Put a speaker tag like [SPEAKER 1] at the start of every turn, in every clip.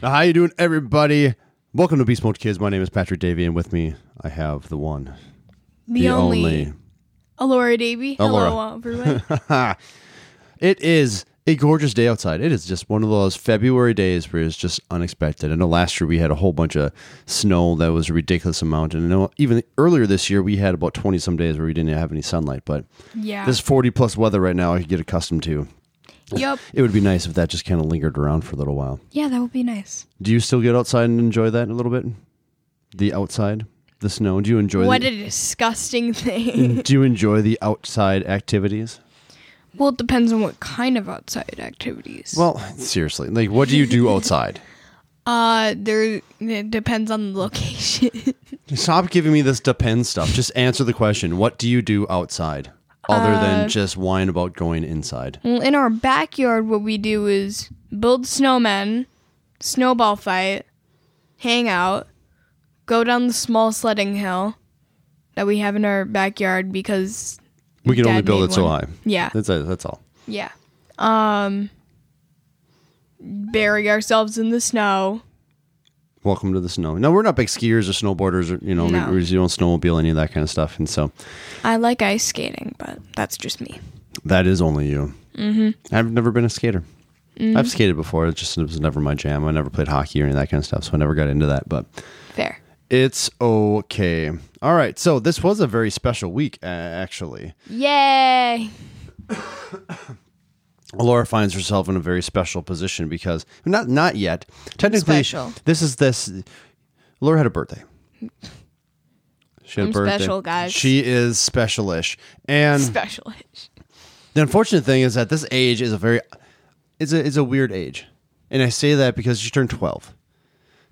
[SPEAKER 1] How you doing, everybody? Welcome to Beast Mode Kids. My name is Patrick Davy, and with me I have the one,
[SPEAKER 2] The, only, Alora Davy. Hello, everyone.
[SPEAKER 1] It is a gorgeous day outside. It is just one of those February days where it's just unexpected. I know last year we had a whole bunch of snow that was a ridiculous amount, and I know even earlier this year we had about twenty some days where we didn't have any sunlight. But
[SPEAKER 2] yeah.
[SPEAKER 1] this forty plus weather right now, I could get accustomed to.
[SPEAKER 2] yep.
[SPEAKER 1] It would be nice if that just kind of lingered around for a little while.
[SPEAKER 2] Yeah, that would be nice.
[SPEAKER 1] Do you still get outside and enjoy that a little bit? The outside, the snow. Do you enjoy?
[SPEAKER 2] What
[SPEAKER 1] the,
[SPEAKER 2] a disgusting thing.
[SPEAKER 1] do you enjoy the outside activities?
[SPEAKER 2] well, it depends on what kind of outside activities.
[SPEAKER 1] Well, seriously, like what do you do outside?
[SPEAKER 2] uh, there it depends on the location.
[SPEAKER 1] Stop giving me this depend stuff. Just answer the question. What do you do outside other
[SPEAKER 2] Uh,
[SPEAKER 1] than just whine about going inside?
[SPEAKER 2] well, in our backyard, what we do is build snowmen, snowball fight, hang out, go down the small sledding hill that we have in our backyard because
[SPEAKER 1] We can only
[SPEAKER 2] Dad
[SPEAKER 1] build
[SPEAKER 2] made
[SPEAKER 1] it so
[SPEAKER 2] one.
[SPEAKER 1] high.
[SPEAKER 2] yeah,
[SPEAKER 1] That's it. That's all.
[SPEAKER 2] Yeah. Um bury ourselves in the snow.
[SPEAKER 1] Welcome to the snow. No, we're not big skiers or snowboarders or you know,
[SPEAKER 2] No.
[SPEAKER 1] we, we don't snowmobile any of that kind of stuff. And so
[SPEAKER 2] I like ice skating, but that's just me.
[SPEAKER 1] that is only you. Mm-hmm. I've never been a skater.
[SPEAKER 2] Mm-hmm.
[SPEAKER 1] I've skated before. It just it was never my jam. I never played hockey or any of that kind of stuff, so I never got into that. But
[SPEAKER 2] Fair.
[SPEAKER 1] it's okay. All right. So this was a very special week, uh, actually.
[SPEAKER 2] Yay.
[SPEAKER 1] Laura finds herself in a very special position because not not yet. Technically,
[SPEAKER 2] Special.
[SPEAKER 1] this is this. Laura had a birthday. She had
[SPEAKER 2] I'm
[SPEAKER 1] a birthday.
[SPEAKER 2] special, guys.
[SPEAKER 1] She is specialish, and
[SPEAKER 2] Specialist.
[SPEAKER 1] the unfortunate thing is that this age is a very, it's a it's a weird age, and I say that because she turned twelve.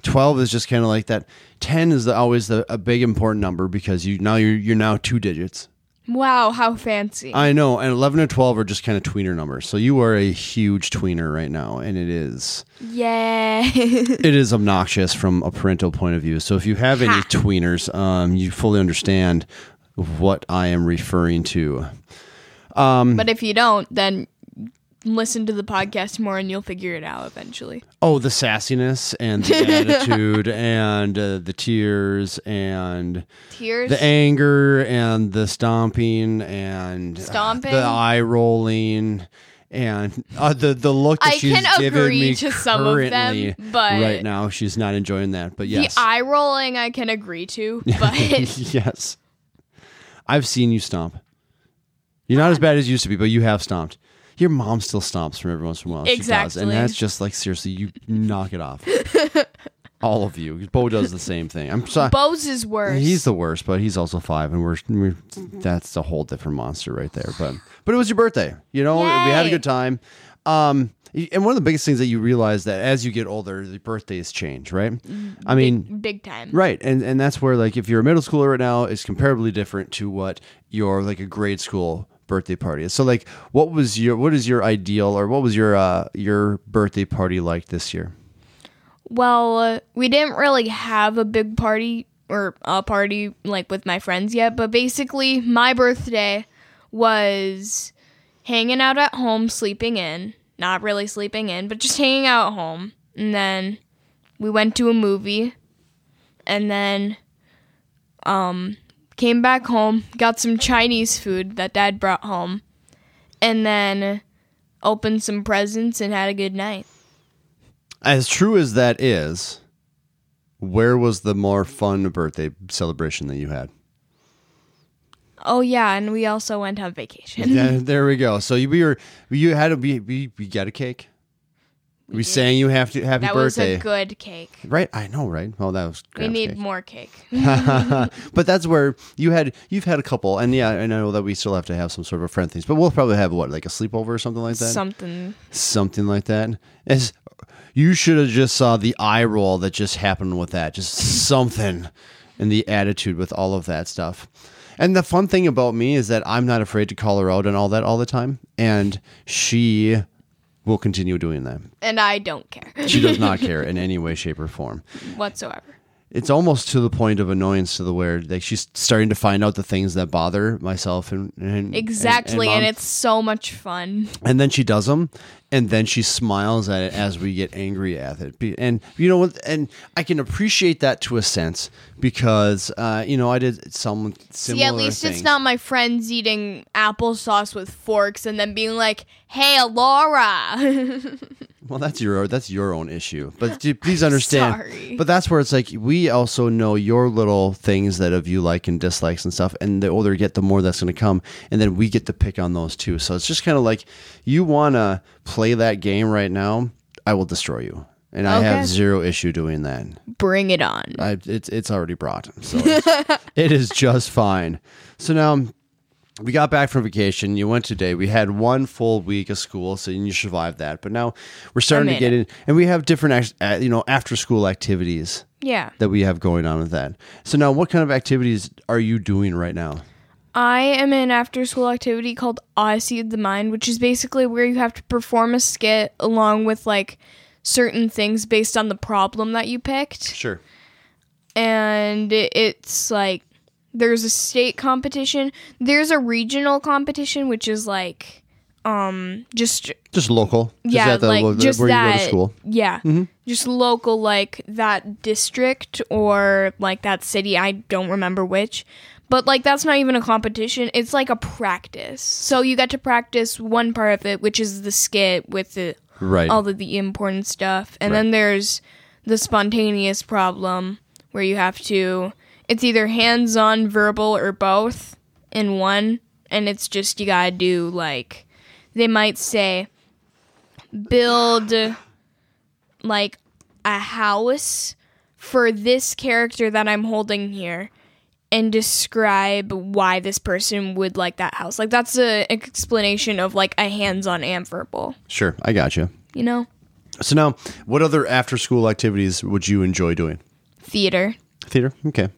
[SPEAKER 1] Twelve is just kind of like that. Ten is the, always the, a big important number because you now you're you're now two digits.
[SPEAKER 2] Wow, how fancy.
[SPEAKER 1] I know, and eleven and twelve are just kind of tweener numbers. So you are a huge tweener right now, and it is
[SPEAKER 2] Yay.
[SPEAKER 1] it is obnoxious from a parental point of view. So if you have any
[SPEAKER 2] Ha.
[SPEAKER 1] tweeners, um, you fully understand what I am referring to. Um,
[SPEAKER 2] but if you don't, then listen to the podcast more and you'll figure it out eventually.
[SPEAKER 1] Oh, the sassiness and the attitude and uh, the tears and
[SPEAKER 2] Tears.
[SPEAKER 1] the anger and the stomping and uh,
[SPEAKER 2] Stomping?
[SPEAKER 1] the eye rolling. And uh, the the look that
[SPEAKER 2] I
[SPEAKER 1] she's
[SPEAKER 2] can
[SPEAKER 1] given
[SPEAKER 2] agree
[SPEAKER 1] me
[SPEAKER 2] to
[SPEAKER 1] currently,
[SPEAKER 2] some of them, but-
[SPEAKER 1] right now she's not enjoying that. But yes,
[SPEAKER 2] The eye rolling I can agree to, but
[SPEAKER 1] yes. I've seen you stomp. You're not as bad as you used to be, but you have stomped. Your mom still stomps from every once in a while. She does.
[SPEAKER 2] Exactly.
[SPEAKER 1] And that's just like, seriously, you knock it off. All of you. Bo does the same thing. I'm sorry.
[SPEAKER 2] Bose is worse.
[SPEAKER 1] He's the worst, but he's also five, and we're, we're that's a whole different monster right there. But but it was your birthday, you know. We had a
[SPEAKER 2] Yay.
[SPEAKER 1] good time. Um, and one of the biggest things that you realize that as you get older, the birthdays change, right? I mean,
[SPEAKER 2] big time.
[SPEAKER 1] Right, and and that's where like if you're a middle schooler right now, it's comparably different to what your like a grade school birthday party is. So like, what was your what is your ideal or what was your uh your birthday party like this year?
[SPEAKER 2] Well, uh, we didn't really have a big party or a party like with my friends yet, but basically my birthday was hanging out at home, sleeping in, not really sleeping in, but just hanging out at home. And then we went to a movie and then um came back home, got some Chinese food that dad brought home, and then opened some presents and had a good night.
[SPEAKER 1] As true as that is, where was the more fun birthday celebration that you had?
[SPEAKER 2] Oh yeah, and we also went on vacation.
[SPEAKER 1] yeah, there we go. So you we were you had a we we, we got a cake. We, sang you have to happy
[SPEAKER 2] That was
[SPEAKER 1] birthday.
[SPEAKER 2] a good cake.
[SPEAKER 1] right, I know, right? Well, that was
[SPEAKER 2] We
[SPEAKER 1] Graham's
[SPEAKER 2] need
[SPEAKER 1] cake.
[SPEAKER 2] more cake.
[SPEAKER 1] but that's where you had you've had a couple, and yeah, I know that we still have to have some sort of friend things, but we'll probably have what like a sleepover or something like that,
[SPEAKER 2] Something.
[SPEAKER 1] something like that. As you should have just saw the eye roll that just happened with that, just something, and the attitude with all of that stuff. And the fun thing about me is that I'm not afraid to call her out and all that all the time, and she will continue doing that.
[SPEAKER 2] And I don't care
[SPEAKER 1] She does not care in any way, shape, or form.
[SPEAKER 2] whatsoever.
[SPEAKER 1] it's almost to the point of annoyance to the where like she's starting to find out the things that bother myself and, and- and
[SPEAKER 2] Exactly, and,
[SPEAKER 1] Mom.
[SPEAKER 2] it's so much fun.
[SPEAKER 1] and then she does them and then she smiles at it as we get angry at it Be- and you know what and i can appreciate that to a sense because uh, you know i did some similar
[SPEAKER 2] See, at least
[SPEAKER 1] things.
[SPEAKER 2] it's not my friends eating applesauce with forks and then being like, "Hey, Laura."
[SPEAKER 1] well that's your that's your own issue but do- please understand
[SPEAKER 2] sorry.
[SPEAKER 1] but that's where it's like we also know your little things that of you like and dislikes and stuff and the older you get the more that's going to come and then we get to pick on those too so it's just kind of like you want to play that game right now i will destroy you and i
[SPEAKER 2] Okay.
[SPEAKER 1] have zero issue doing that
[SPEAKER 2] Bring it on.
[SPEAKER 1] I, it's it's already brought, so it's- it is just fine. So now we got back from vacation. You went today. We had one full week of school, so you survived that. But now we're starting to
[SPEAKER 2] made
[SPEAKER 1] get in, and we have different act- uh, you know after school activities
[SPEAKER 2] Yeah.
[SPEAKER 1] that we have going on with that. So now, what kind of activities are you doing right now?
[SPEAKER 2] I am in after school activity called Odyssey of the Mind, which is basically where you have to perform a skit along with like certain things based on the problem that you picked.
[SPEAKER 1] Sure.
[SPEAKER 2] And it's like there's a state competition, there's a regional competition which is like um just
[SPEAKER 1] Just local. Just
[SPEAKER 2] yeah,
[SPEAKER 1] at the
[SPEAKER 2] like
[SPEAKER 1] lo-
[SPEAKER 2] just
[SPEAKER 1] where
[SPEAKER 2] that
[SPEAKER 1] you go to school. Mm-hmm.
[SPEAKER 2] yeah. Just local like that district or like that city, I don't remember which. But like that's not even a competition, it's like a practice. So you get to practice one part of it, which is the skit with the
[SPEAKER 1] Right.
[SPEAKER 2] all of the important stuff. And then there's the spontaneous problem where you have to it's either hands on, verbal, or both in one. And it's just you gotta do like they might say build like a house for this character that I'm holding here and describe why this person would like that house. Like that's a explanation of like a hands-on and verbal,
[SPEAKER 1] sure. I got you.
[SPEAKER 2] you know?
[SPEAKER 1] So now, what other after school activities would you enjoy doing?
[SPEAKER 2] theater,
[SPEAKER 1] Theater. Okay.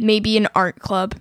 [SPEAKER 2] maybe an art club,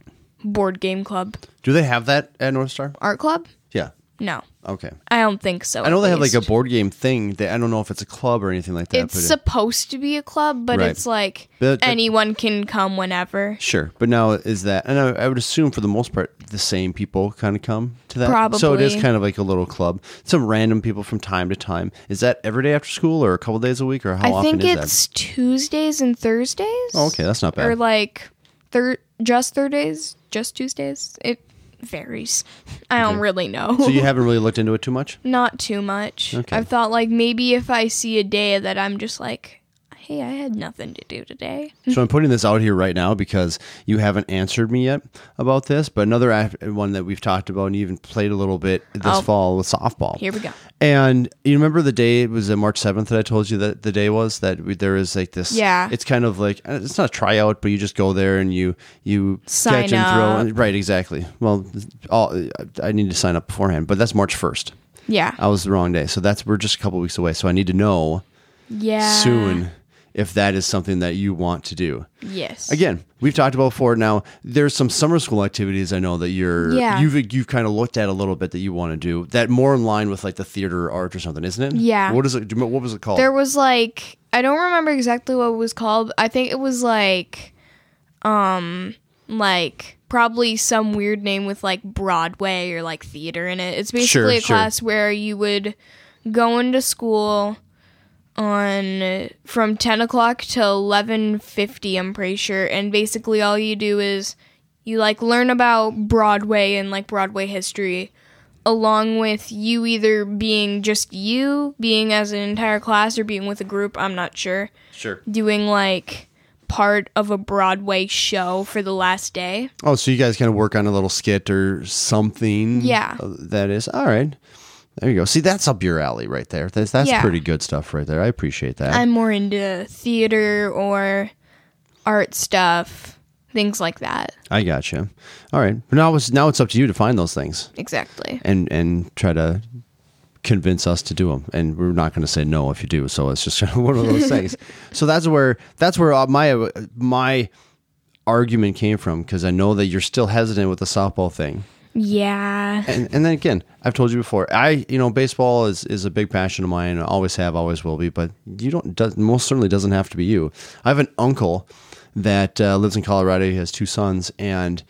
[SPEAKER 2] board game club,
[SPEAKER 1] Do they have that at North Star?
[SPEAKER 2] art club.
[SPEAKER 1] Yeah.
[SPEAKER 2] No,
[SPEAKER 1] Okay.
[SPEAKER 2] I don't think so.
[SPEAKER 1] I know they have like a board game thing. That I don't know if it's a club or anything like that.
[SPEAKER 2] It's
[SPEAKER 1] but it-
[SPEAKER 2] supposed to be a club, but
[SPEAKER 1] Right.
[SPEAKER 2] it's like
[SPEAKER 1] But- but-
[SPEAKER 2] anyone can come whenever.
[SPEAKER 1] sure. But now is that? And I, I would assume for the most part, the same people kind of come to that. So it is
[SPEAKER 2] Probably.
[SPEAKER 1] kind of like a little club. Some random people from time to time. Is that every day after school or a couple days a week or how
[SPEAKER 2] I
[SPEAKER 1] often
[SPEAKER 2] think
[SPEAKER 1] is
[SPEAKER 2] it's Tuesdays and Thursdays.
[SPEAKER 1] that? Okay, that's not bad.
[SPEAKER 2] or like thir- just Thursdays, just Tuesdays. It varies. I don't really know.
[SPEAKER 1] so you haven't really looked into it too much.
[SPEAKER 2] Not too much.
[SPEAKER 1] Okay.
[SPEAKER 2] I've thought like maybe if I see a day that I'm just like, hey, I had nothing to do today.
[SPEAKER 1] So I'm putting this out here right now because you haven't answered me yet about this. But another af- one that we've talked about and even played a little bit this
[SPEAKER 2] Oh.
[SPEAKER 1] fall was softball.
[SPEAKER 2] Here we go.
[SPEAKER 1] And you remember the day it was uh, March seventh that I told you that the day was that we, there is like this.
[SPEAKER 2] Yeah.
[SPEAKER 1] It's kind of like uh, it's not a tryout, but you just go there and you you
[SPEAKER 2] Sign
[SPEAKER 1] catch and throw.
[SPEAKER 2] up.
[SPEAKER 1] And, right, exactly. Well, all, I need to sign up beforehand, but that's March first.
[SPEAKER 2] Yeah.
[SPEAKER 1] I was the wrong day, so that's we're just a couple weeks away. So I need to know
[SPEAKER 2] Yeah.
[SPEAKER 1] soon if that is something that you want to do.
[SPEAKER 2] Yes.
[SPEAKER 1] Again, we've talked about before. Now there's some summer school activities I know that you're
[SPEAKER 2] Yeah.
[SPEAKER 1] you've you've kind of looked at a little bit that you want to do that more in line with like the theater or art or something, isn't it?
[SPEAKER 2] Yeah.
[SPEAKER 1] What is it? do you- What was it called?
[SPEAKER 2] There was like I don't remember exactly what it was called. I think it was like um like probably some weird name with like Broadway or like theater in it. It's
[SPEAKER 1] Sure,
[SPEAKER 2] basically a
[SPEAKER 1] sure.
[SPEAKER 2] class where you would go into school on from 10 o'clock to 11.50 i'm pretty sure and basically all you do is you like learn about broadway and like broadway history along with you either being just you being as an entire class or being with a group i'm not sure
[SPEAKER 1] sure.
[SPEAKER 2] doing like part of a broadway show for the last day
[SPEAKER 1] Oh, so you guys kind of work on a little skit or something?
[SPEAKER 2] Yeah.
[SPEAKER 1] uh, That is all right. There you go. See, that's up your alley right there. That's that's
[SPEAKER 2] Yeah.
[SPEAKER 1] pretty good stuff right there. I appreciate that.
[SPEAKER 2] i'm more into theater or art stuff things like that
[SPEAKER 1] I gotcha. All right. But now it's now it's up to you to find those things.
[SPEAKER 2] exactly
[SPEAKER 1] and and try to convince us to do them and we're not going to say no if you do so it's just one of those things so that's where that's where uh, my uh, my argument came from because i know that you're still hesitant with the softball thing
[SPEAKER 2] Yeah.
[SPEAKER 1] And and then again, I've told you before, I you know baseball is is a big passion of mine. Always have, always will be. But you don't does, most certainly doesn't have to be you. I have an uncle that uh, lives in Colorado. He has two sons, and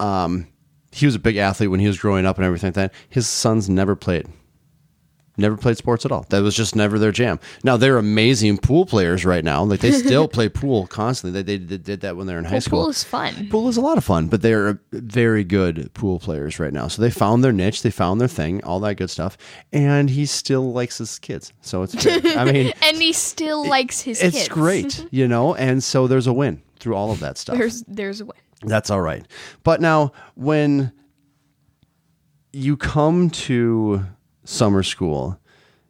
[SPEAKER 1] um, he was a big athlete when he was growing up and everything like that. His sons never played. Never played sports at all. That was just never their jam. Now they're amazing pool players right now. Like they still play pool constantly. They, they, they did that when they were in high
[SPEAKER 2] Well,
[SPEAKER 1] school.
[SPEAKER 2] pool is fun.
[SPEAKER 1] Pool is a lot of fun, but they're very good pool players right now. So they found their niche, they found their thing, all that good stuff. And he still likes his kids. So it's good. I mean,
[SPEAKER 2] And he still likes his
[SPEAKER 1] it's
[SPEAKER 2] kids.
[SPEAKER 1] great, you know? And so there's a win through all of that stuff.
[SPEAKER 2] There's there's a win.
[SPEAKER 1] That's all right. But now, when you come to summer school,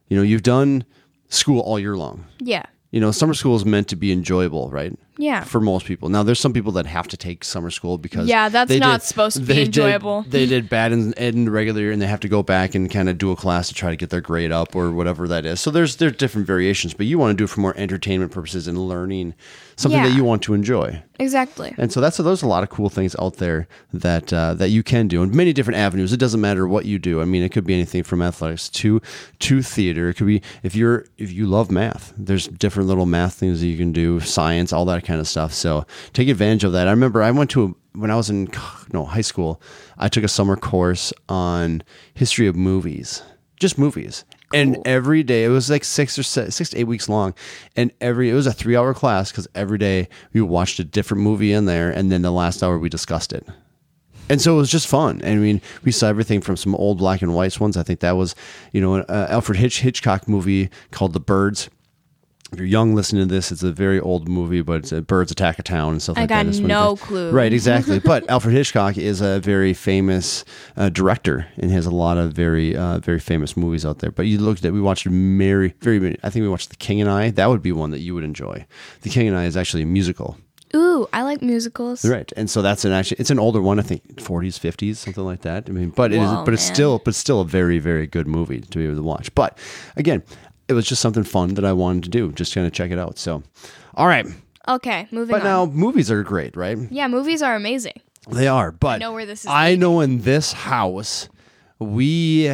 [SPEAKER 1] you know, you've done school all year long.
[SPEAKER 2] Yeah.
[SPEAKER 1] You know, summer school is meant to be enjoyable, right?
[SPEAKER 2] Yeah.
[SPEAKER 1] For most people. Now, there's some people that have to take summer school because
[SPEAKER 2] Yeah, that's not supposed to be
[SPEAKER 1] they did-
[SPEAKER 2] enjoyable.
[SPEAKER 1] they did bad in, in the regular year, and they have to go back and kind of do a class to try to get their grade up or whatever that is. So there's there's different variations, but you want to do it for more entertainment purposes and learning something that
[SPEAKER 2] Yeah.
[SPEAKER 1] you want to enjoy.
[SPEAKER 2] Exactly.
[SPEAKER 1] And so that's there's a lot of cool things out there that uh, that you can do, and many different avenues. It doesn't matter what you do. I mean, it could be anything from athletics to to theater. It could be if you're if you love math. There's different little math things that you can do, science, all that kind of stuff. So take advantage of that. I remember I went to a, when I was in co- no high school. I took a summer course on history of movies, just movies. And every day, it was like six or se- six to eight weeks long, and every it was a three hour class because every day we watched a different movie in there, and then the last hour we discussed it. And so it was just fun. I mean, we saw everything from some old black and whites ones. I think that was, you know, an uh, Alfred Hitch- Hitchcock movie called The Birds. If you're young listening to this, it's a very old movie, but it's a Birds Attack a Town and stuff
[SPEAKER 2] I
[SPEAKER 1] like
[SPEAKER 2] got
[SPEAKER 1] that. It's one
[SPEAKER 2] no
[SPEAKER 1] of the-
[SPEAKER 2] clue.
[SPEAKER 1] Right, exactly. but Alfred Hitchcock is a very famous uh, director and has a lot of very, uh, very famous movies out there. But you looked at, we watched very, very, many- I think we watched The King and I. That would be one that you would enjoy. The King and I is actually a musical.
[SPEAKER 2] Ooh, I like musicals.
[SPEAKER 1] Right, and so that's an actually it's an older one, I think 40s, 50s, something like that. I mean, but it is,
[SPEAKER 2] Whoa,
[SPEAKER 1] but it's
[SPEAKER 2] man.
[SPEAKER 1] still, but it's still a very, very good movie to be able to watch. But again, it was just something fun that I wanted to do, just kind of check it out. So, all right,
[SPEAKER 2] Okay, moving
[SPEAKER 1] but
[SPEAKER 2] on.
[SPEAKER 1] now movies are great, right?
[SPEAKER 2] yeah, movies are amazing.
[SPEAKER 1] They are, but I
[SPEAKER 2] know where this is
[SPEAKER 1] I know in this house, we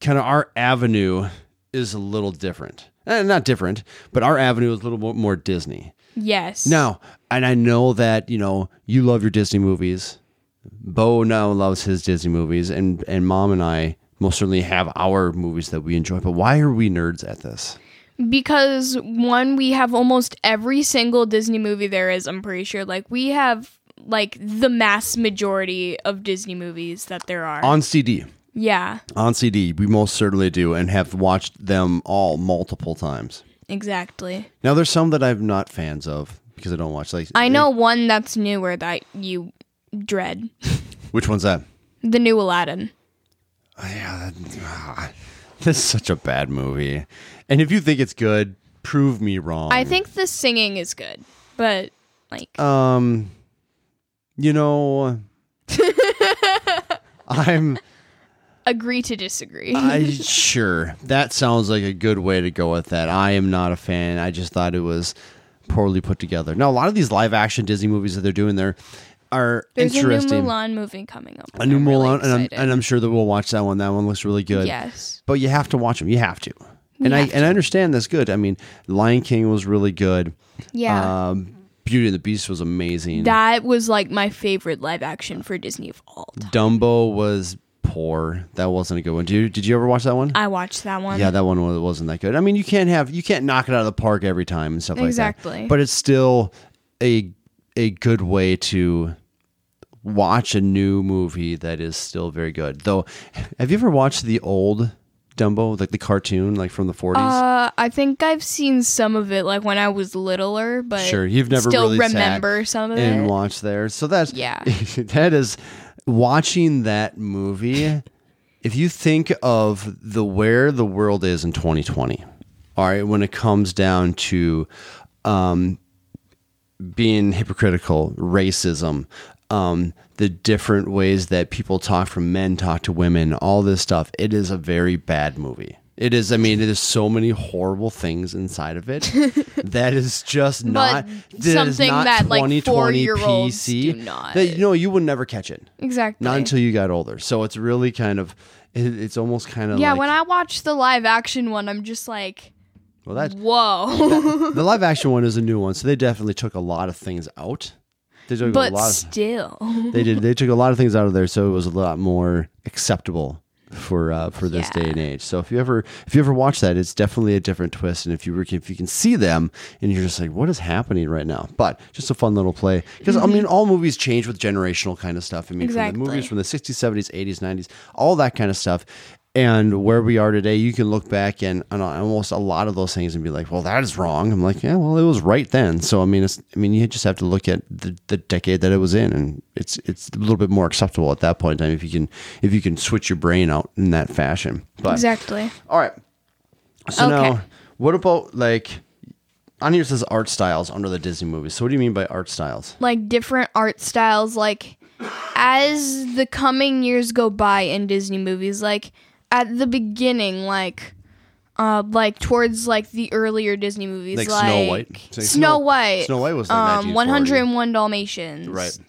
[SPEAKER 1] kind of our avenue is a little different, eh, not different, but our avenue is a little more, more Disney.
[SPEAKER 2] Yes.
[SPEAKER 1] Now, and I know that you know you love your Disney movies. Bo now loves his Disney movies, and and mom and I most certainly have our movies that we enjoy. But why are we nerds at this?
[SPEAKER 2] Because one, we have almost every single Disney movie there is, I'm pretty sure. Like we have like the mass majority of Disney movies that there are.
[SPEAKER 1] On CD,
[SPEAKER 2] yeah,
[SPEAKER 1] on CD, we most certainly do, and have watched them all multiple times.
[SPEAKER 2] exactly.
[SPEAKER 1] Now, there's some that I'm not fans of because I don't watch. Like
[SPEAKER 2] I know one that's newer that you dread.
[SPEAKER 1] which one's that.
[SPEAKER 2] The new Aladdin.
[SPEAKER 1] Yeah, that- ah, this is such a bad movie, and if you think it's good, prove me wrong.
[SPEAKER 2] I think the singing is good, but like
[SPEAKER 1] Um, you know, I'm
[SPEAKER 2] agree to disagree.
[SPEAKER 1] I sure that sounds like a good way to go with that. I am not a fan. I just thought it was poorly put together. Now a lot of these live action Disney movies that they're doing there are
[SPEAKER 2] There's a new
[SPEAKER 1] interesting.
[SPEAKER 2] Mulan movie coming up.
[SPEAKER 1] A new
[SPEAKER 2] I'm really
[SPEAKER 1] Mulan, and, I'm,
[SPEAKER 2] excited.
[SPEAKER 1] and I'm sure that we'll watch that one. That one looks really good.
[SPEAKER 2] yes.
[SPEAKER 1] but you have to watch them. You have to. And I and I understand that's good. I mean, Lion King was really good.
[SPEAKER 2] Yeah.
[SPEAKER 1] Um, Beauty and the Beast was amazing.
[SPEAKER 2] That was like my favorite live action for Disney of all time.
[SPEAKER 1] Dumbo was poor. That wasn't a good one. Did you, did you ever watch that one?
[SPEAKER 2] I watched that one.
[SPEAKER 1] yeah, that one wa- wasn't that good. I mean, you can't have you can't knock it out of the park every time and stuff like
[SPEAKER 2] Exactly.
[SPEAKER 1] that. But it's still a a good way to watch a new movie that is still very good. Though, have you ever watched the old Dumbo, like the cartoon, like from the forties?
[SPEAKER 2] Uh, I think I've seen some of it like when I was littler, but
[SPEAKER 1] sure, you've never
[SPEAKER 2] still
[SPEAKER 1] really sat
[SPEAKER 2] remember some of
[SPEAKER 1] and
[SPEAKER 2] it.
[SPEAKER 1] watched there. So that's
[SPEAKER 2] Yeah.
[SPEAKER 1] that is watching that movie. if you think of the where the world is in 2020, all right, when it comes down to um, being hypocritical, racism, um, the different ways that people talk from men talk to women, all this stuff, it is a very bad movie. It is. I mean, there's so many horrible things inside of it. that is just not that is
[SPEAKER 2] something
[SPEAKER 1] not
[SPEAKER 2] that, like,
[SPEAKER 1] 2020
[SPEAKER 2] four-year-olds
[SPEAKER 1] PC.
[SPEAKER 2] do not.
[SPEAKER 1] That, you know, you would never catch it.
[SPEAKER 2] Exactly.
[SPEAKER 1] Not until you got older. So it's really kind of. It, it's almost kind of
[SPEAKER 2] yeah,
[SPEAKER 1] Like,
[SPEAKER 2] when I watch the live action one, I'm just like,
[SPEAKER 1] well, that
[SPEAKER 2] whoa.
[SPEAKER 1] the live action one is a new one, so they definitely took a lot of things out. They took a
[SPEAKER 2] but
[SPEAKER 1] lot. Of,
[SPEAKER 2] still.
[SPEAKER 1] they did. They took a lot of things out of there, so it was a lot more acceptable for uh, for this
[SPEAKER 2] Yeah.
[SPEAKER 1] day and age. So if you ever if you ever watch that, it's definitely a different twist. And if you were, if you can see them, and you're just like, what is happening right now? But just a fun little play because I mean, all movies change with generational kind of stuff. I mean,
[SPEAKER 2] Mm-hmm. Exactly.
[SPEAKER 1] from the movies from the 60s, 70s, 80s, 90s, all that kind of stuff. And where we are today, you can look back and on almost a lot of those things and be like, "Well, that is wrong." I'm like, "Yeah, well, it was right then." So I mean, it's, I mean, you just have to look at the, the decade that it was in, and it's it's a little bit more acceptable at that point in time if you can if you can switch your brain out in that fashion. But
[SPEAKER 2] Exactly.
[SPEAKER 1] all right, so
[SPEAKER 2] Okay.
[SPEAKER 1] now what about like on here it says art styles under the Disney movies. So what do you mean by art styles?
[SPEAKER 2] Like different art styles, like as the coming years go by in Disney movies, like at the beginning, like uh like towards like the earlier Disney movies, like,
[SPEAKER 1] Like Snow White. Like
[SPEAKER 2] Snow,
[SPEAKER 1] Snow-
[SPEAKER 2] White.
[SPEAKER 1] Snow White was like
[SPEAKER 2] um
[SPEAKER 1] 1940.
[SPEAKER 2] 101 Dalmatians.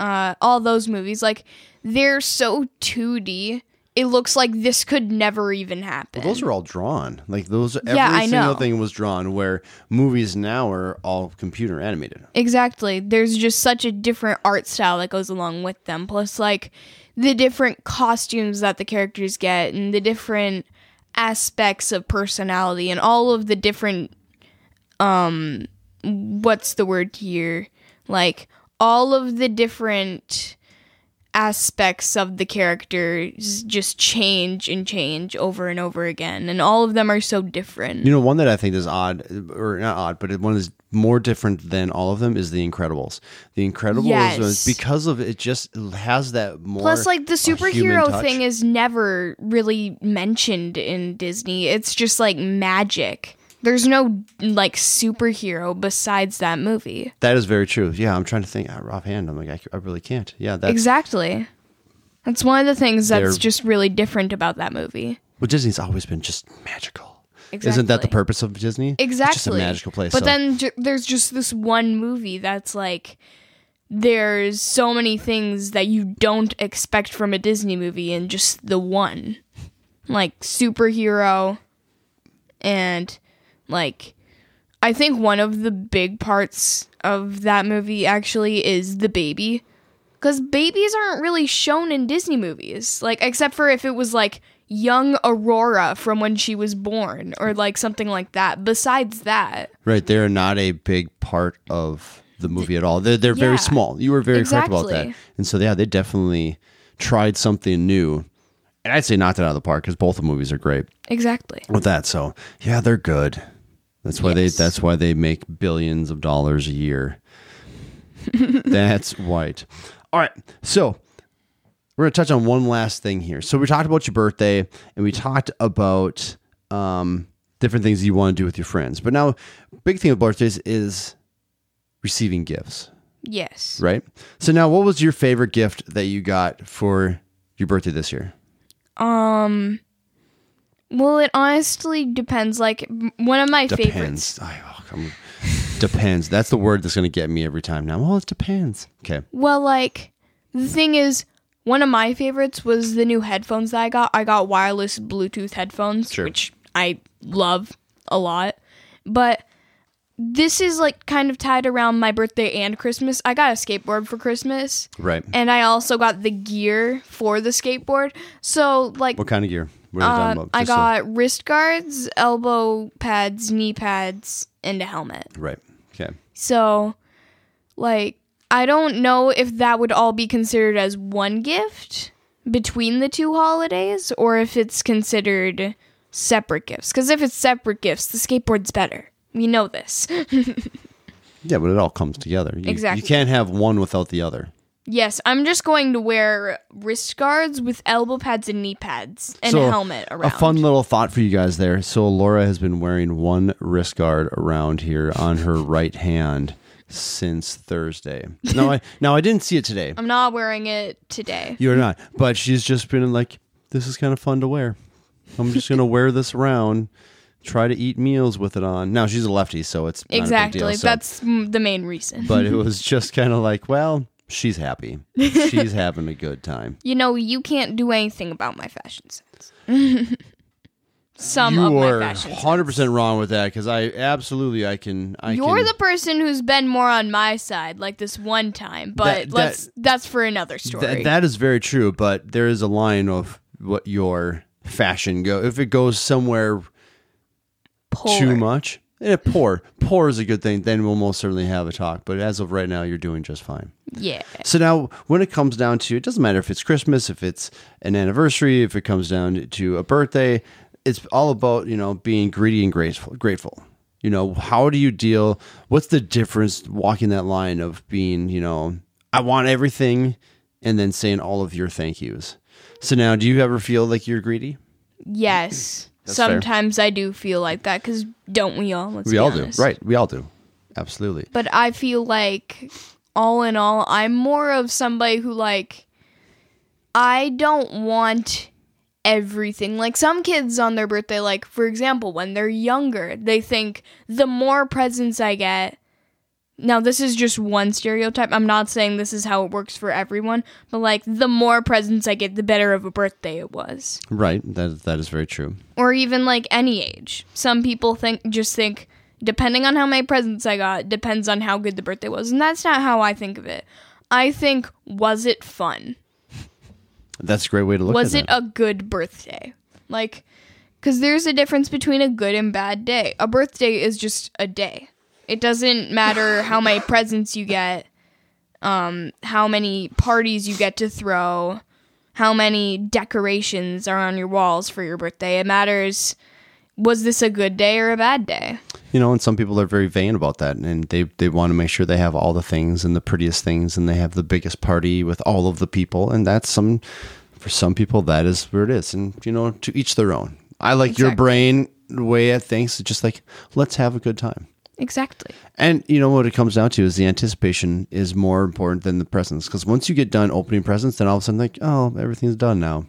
[SPEAKER 2] uh, all those movies, like they're so 2D. It looks like this could never even happen.
[SPEAKER 1] Those are all drawn. Like those every
[SPEAKER 2] Yeah, I
[SPEAKER 1] single
[SPEAKER 2] know.
[SPEAKER 1] thing was drawn where movies now are all computer animated.
[SPEAKER 2] exactly. There's just such a different art style that goes along with them. Plus, like the different costumes that the characters get and the different aspects of personality and all of the different um what's the word here like all of the different aspects of the characters just change and change over and over again and all of them are so different
[SPEAKER 1] You know, one that I think is odd or not odd, but one is more different than all of them is The Incredibles. The Incredibles
[SPEAKER 2] Yes.
[SPEAKER 1] was- because of it just has that more
[SPEAKER 2] Plus, like the
[SPEAKER 1] a human
[SPEAKER 2] superhero
[SPEAKER 1] touch.
[SPEAKER 2] thing is never really mentioned in Disney. It's just like magic. There's no like superhero besides that movie.
[SPEAKER 1] That is very true. Yeah, I'm trying to think uh, offhand. I'm like I, c- I really can't. Yeah, that's
[SPEAKER 2] Exactly. That's one of the things that's
[SPEAKER 1] They're-
[SPEAKER 2] just really different about that movie.
[SPEAKER 1] well Disney's always been just magical. Isn't that the
[SPEAKER 2] Exactly.
[SPEAKER 1] purpose of Disney?
[SPEAKER 2] Exactly.
[SPEAKER 1] It's just a magical place.
[SPEAKER 2] But
[SPEAKER 1] so-
[SPEAKER 2] then ju- there's just this one movie that's like there's so many things that you don't expect from a Disney movie in just the one. Like superhero and like I think one of the big parts of that movie actually is the baby. Because babies aren't really shown in Disney movies. Like, except for if it was like young Aurora from when she was born or like something like that. Besides that,
[SPEAKER 1] Right, they're not a big part of the movie at all. They're they're
[SPEAKER 2] Yeah.
[SPEAKER 1] very small. You were very correct about
[SPEAKER 2] Exactly.
[SPEAKER 1] that. And so yeah, they definitely tried something new. And I'd say knocked it out of the park because both the movies are great
[SPEAKER 2] exactly.
[SPEAKER 1] with that. So yeah, they're good. That's why
[SPEAKER 2] Yes.
[SPEAKER 1] they that's why they make billions of dollars a year. that's white. All right. So we're gonna touch on one last thing here. So we talked about your birthday and we talked about um, different things you want to do with your friends. But now big thing with birthdays is receiving gifts,
[SPEAKER 2] Yes.
[SPEAKER 1] right? So now what was your favorite gift that you got for your birthday this year?
[SPEAKER 2] Um. Well, it honestly depends. Like m- one of my favorites.
[SPEAKER 1] Depends. I, oh, come- depends. That's the word that's going to get me every time now. Well, it depends. Okay.
[SPEAKER 2] Well, like the thing is, one of my favorites was the new headphones that I got. I got wireless Bluetooth headphones,
[SPEAKER 1] Sure.
[SPEAKER 2] which I love a lot. But this is like kind of tied around my birthday and Christmas. I got a skateboard for Christmas.
[SPEAKER 1] Right.
[SPEAKER 2] And I also got the gear for the skateboard. So like
[SPEAKER 1] what kind of gear? What are we
[SPEAKER 2] Um,
[SPEAKER 1] talking about?
[SPEAKER 2] I
[SPEAKER 1] Just uh, so-
[SPEAKER 2] got wrist guards, elbow pads, knee pads, and a helmet.
[SPEAKER 1] right. Okay.
[SPEAKER 2] So, like, I don't know if that would all be considered as one gift between the two holidays or if it's considered separate gifts. Because if it's separate gifts, the skateboard's better. We know this.
[SPEAKER 1] Yeah, but it all comes together. You,
[SPEAKER 2] Exactly.
[SPEAKER 1] You can't have one without the other.
[SPEAKER 2] yes, I'm just going to wear wrist guards with elbow pads and knee pads and
[SPEAKER 1] So,
[SPEAKER 2] a helmet around.
[SPEAKER 1] A fun little thought for you guys there. So Laura has been wearing one wrist guard around here on her right hand since Thursday. No, I now I didn't see it today.
[SPEAKER 2] I'm not wearing it today.
[SPEAKER 1] You're not, but she's just been like, "This is kind of fun to wear." I'm just gonna wear this around. Try to eat meals with it on. Now she's a lefty, so it's not a big
[SPEAKER 2] Exactly.
[SPEAKER 1] deal, so-
[SPEAKER 2] That's mm, the main reason.
[SPEAKER 1] but it was just kind of like, well, she's happy. She's having a good time.
[SPEAKER 2] you know, you can't do anything about my fashion sense. Some of
[SPEAKER 1] you
[SPEAKER 2] Um, oh my
[SPEAKER 1] are
[SPEAKER 2] fashion sense.
[SPEAKER 1] 100 percent wrong with that because I absolutely I can. I
[SPEAKER 2] You're
[SPEAKER 1] can,
[SPEAKER 2] the person who's been more on my side, like this one time. But
[SPEAKER 1] That- that-
[SPEAKER 2] let's that's for another story.
[SPEAKER 1] Th- that is very true, but there is a line of what your fashion go. If it goes somewhere
[SPEAKER 2] Poor.
[SPEAKER 1] too much, eh, poor, poor is a good thing. Then we'll most certainly have a talk. But as of right now, you're doing just fine.
[SPEAKER 2] Yeah.
[SPEAKER 1] So now, when it comes down to, it doesn't matter if it's Christmas, if it's an anniversary, if it comes down to a birthday, it's all about you know being greedy and graceful. Grateful, you know, how do you deal? What's the difference walking that line of being, you know, I want everything, and then saying all of your thank yous. So now, do you ever feel like you're greedy?
[SPEAKER 2] Yes.
[SPEAKER 1] fair.
[SPEAKER 2] Sometimes I do feel like that because don't we all? Let's
[SPEAKER 1] We
[SPEAKER 2] be
[SPEAKER 1] all
[SPEAKER 2] honest.
[SPEAKER 1] do, right? We all do, absolutely.
[SPEAKER 2] But I feel like, all in all, I'm more of somebody who like, I don't want everything. Like some kids on their birthday, like for example, when they're younger, they think the more presents I get. Now this is just one stereotype. I'm not saying this is how it works for everyone, but like the more presents I get, the better of a birthday it was
[SPEAKER 1] Right. That that is very true.
[SPEAKER 2] or even like any age. Some people think just think depending on how many presents I got depends on how good the birthday was, and that's not how I think of it. I think was it fun?
[SPEAKER 1] That's a great way to look
[SPEAKER 2] Was
[SPEAKER 1] at
[SPEAKER 2] it a good birthday? Like cuz there's a difference between a good and bad day. A birthday is just a day. It doesn't matter how many presents you get, um how many parties you get to throw, how many decorations are on your walls for your birthday. It matters was this a good day or a bad day?
[SPEAKER 1] you know and some people are very vain about that and they, they want to make sure they have all the things and the prettiest things and they have the biggest party with all of the people and that's some for some people that is where it is and you know to each their own i like your
[SPEAKER 2] Exactly.
[SPEAKER 1] brain way at things it's just like let's have a good time
[SPEAKER 2] Exactly.
[SPEAKER 1] and you know what it comes down to is the anticipation is more important than the presents because once you get done opening presents, then all of a sudden like oh everything's done now.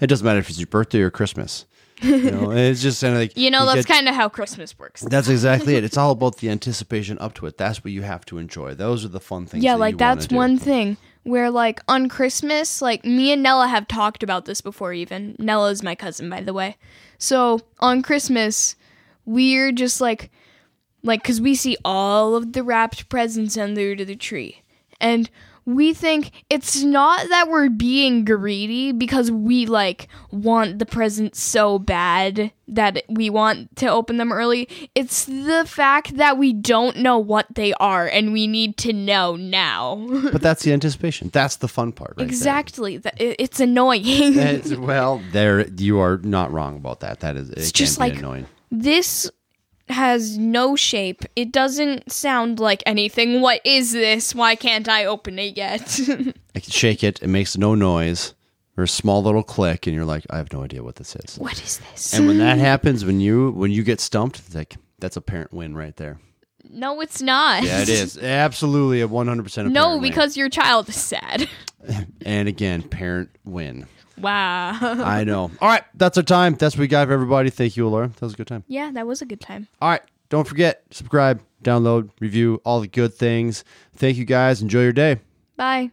[SPEAKER 1] It doesn't matter if it's your birthday or Christmas. You know, it's just kind of like
[SPEAKER 2] You know, that's
[SPEAKER 1] get-
[SPEAKER 2] kind of how Christmas works.
[SPEAKER 1] that's exactly it. It's all about the anticipation up to it. That's what you have to enjoy. Those are the fun things.
[SPEAKER 2] Yeah,
[SPEAKER 1] that
[SPEAKER 2] like
[SPEAKER 1] you wanna
[SPEAKER 2] that's
[SPEAKER 1] do.
[SPEAKER 2] one thing where like on Christmas, like me and Nella have talked about this before even. Nella is my cousin by the way. So, on Christmas, we're just like like cuz we see all of the wrapped presents under the tree. And we think it's not that we're being greedy because we like want the presents so bad that we want to open them early. It's the fact that we don't know what they are and we need to know now.
[SPEAKER 1] But that's the anticipation. That's the fun part, right? there.
[SPEAKER 2] exactly. That it, it's annoying.
[SPEAKER 1] It's- well, there you are not wrong about that. That is it's
[SPEAKER 2] just like-
[SPEAKER 1] annoying.
[SPEAKER 2] this has no shape. It doesn't sound like anything. What is this? Why can't I open it yet?
[SPEAKER 1] I can shake it. It makes no noise or a small little click, and you're like, I have no idea what this is.
[SPEAKER 2] what is this?
[SPEAKER 1] And when that happens, when you when you get stumped, it's like that's a parent win right there.
[SPEAKER 2] no, it's not.
[SPEAKER 1] Yeah, it is absolutely a 100 percent.
[SPEAKER 2] No, because your child is sad.
[SPEAKER 1] and again, parent win.
[SPEAKER 2] Wow.
[SPEAKER 1] I know. All right, that's our time. That's what we got for everybody. Thank you, Laura. That was a good time.
[SPEAKER 2] Yeah, that was a good time.
[SPEAKER 1] All right. Don't forget, subscribe, download, review, all the good things. Thank you guys. Enjoy your day.
[SPEAKER 2] Bye.